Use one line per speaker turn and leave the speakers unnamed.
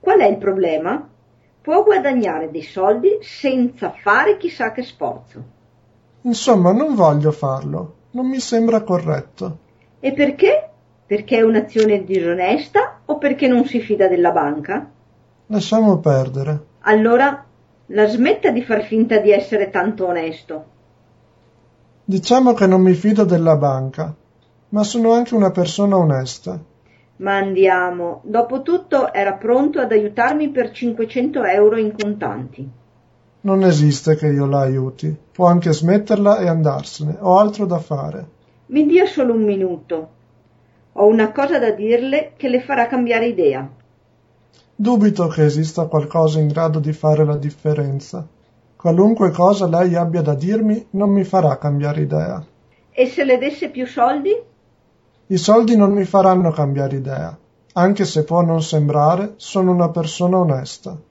Qual è il problema? Può guadagnare dei soldi senza fare chissà che sforzo.
Insomma, non voglio farlo. Non mi sembra corretto.
E perché? Perché è un'azione disonesta o perché non si fida della banca?
Lasciamo perdere.
Allora la smetta di far finta di essere tanto onesto.
Diciamo che non mi fido della banca, ma sono anche una persona onesta.
Ma andiamo, dopotutto era pronto ad aiutarmi per 500 euro in contanti.
Non esiste che io la aiuti. Può anche smetterla e andarsene. Ho altro da fare.
Mi dia solo un minuto. Ho una cosa da dirle che le farà cambiare idea.
Dubito che esista qualcosa in grado di fare la differenza. Qualunque cosa lei abbia da dirmi non mi farà cambiare idea.
E se le desse più soldi?
I soldi non mi faranno cambiare idea. Anche se può non sembrare, sono una persona onesta.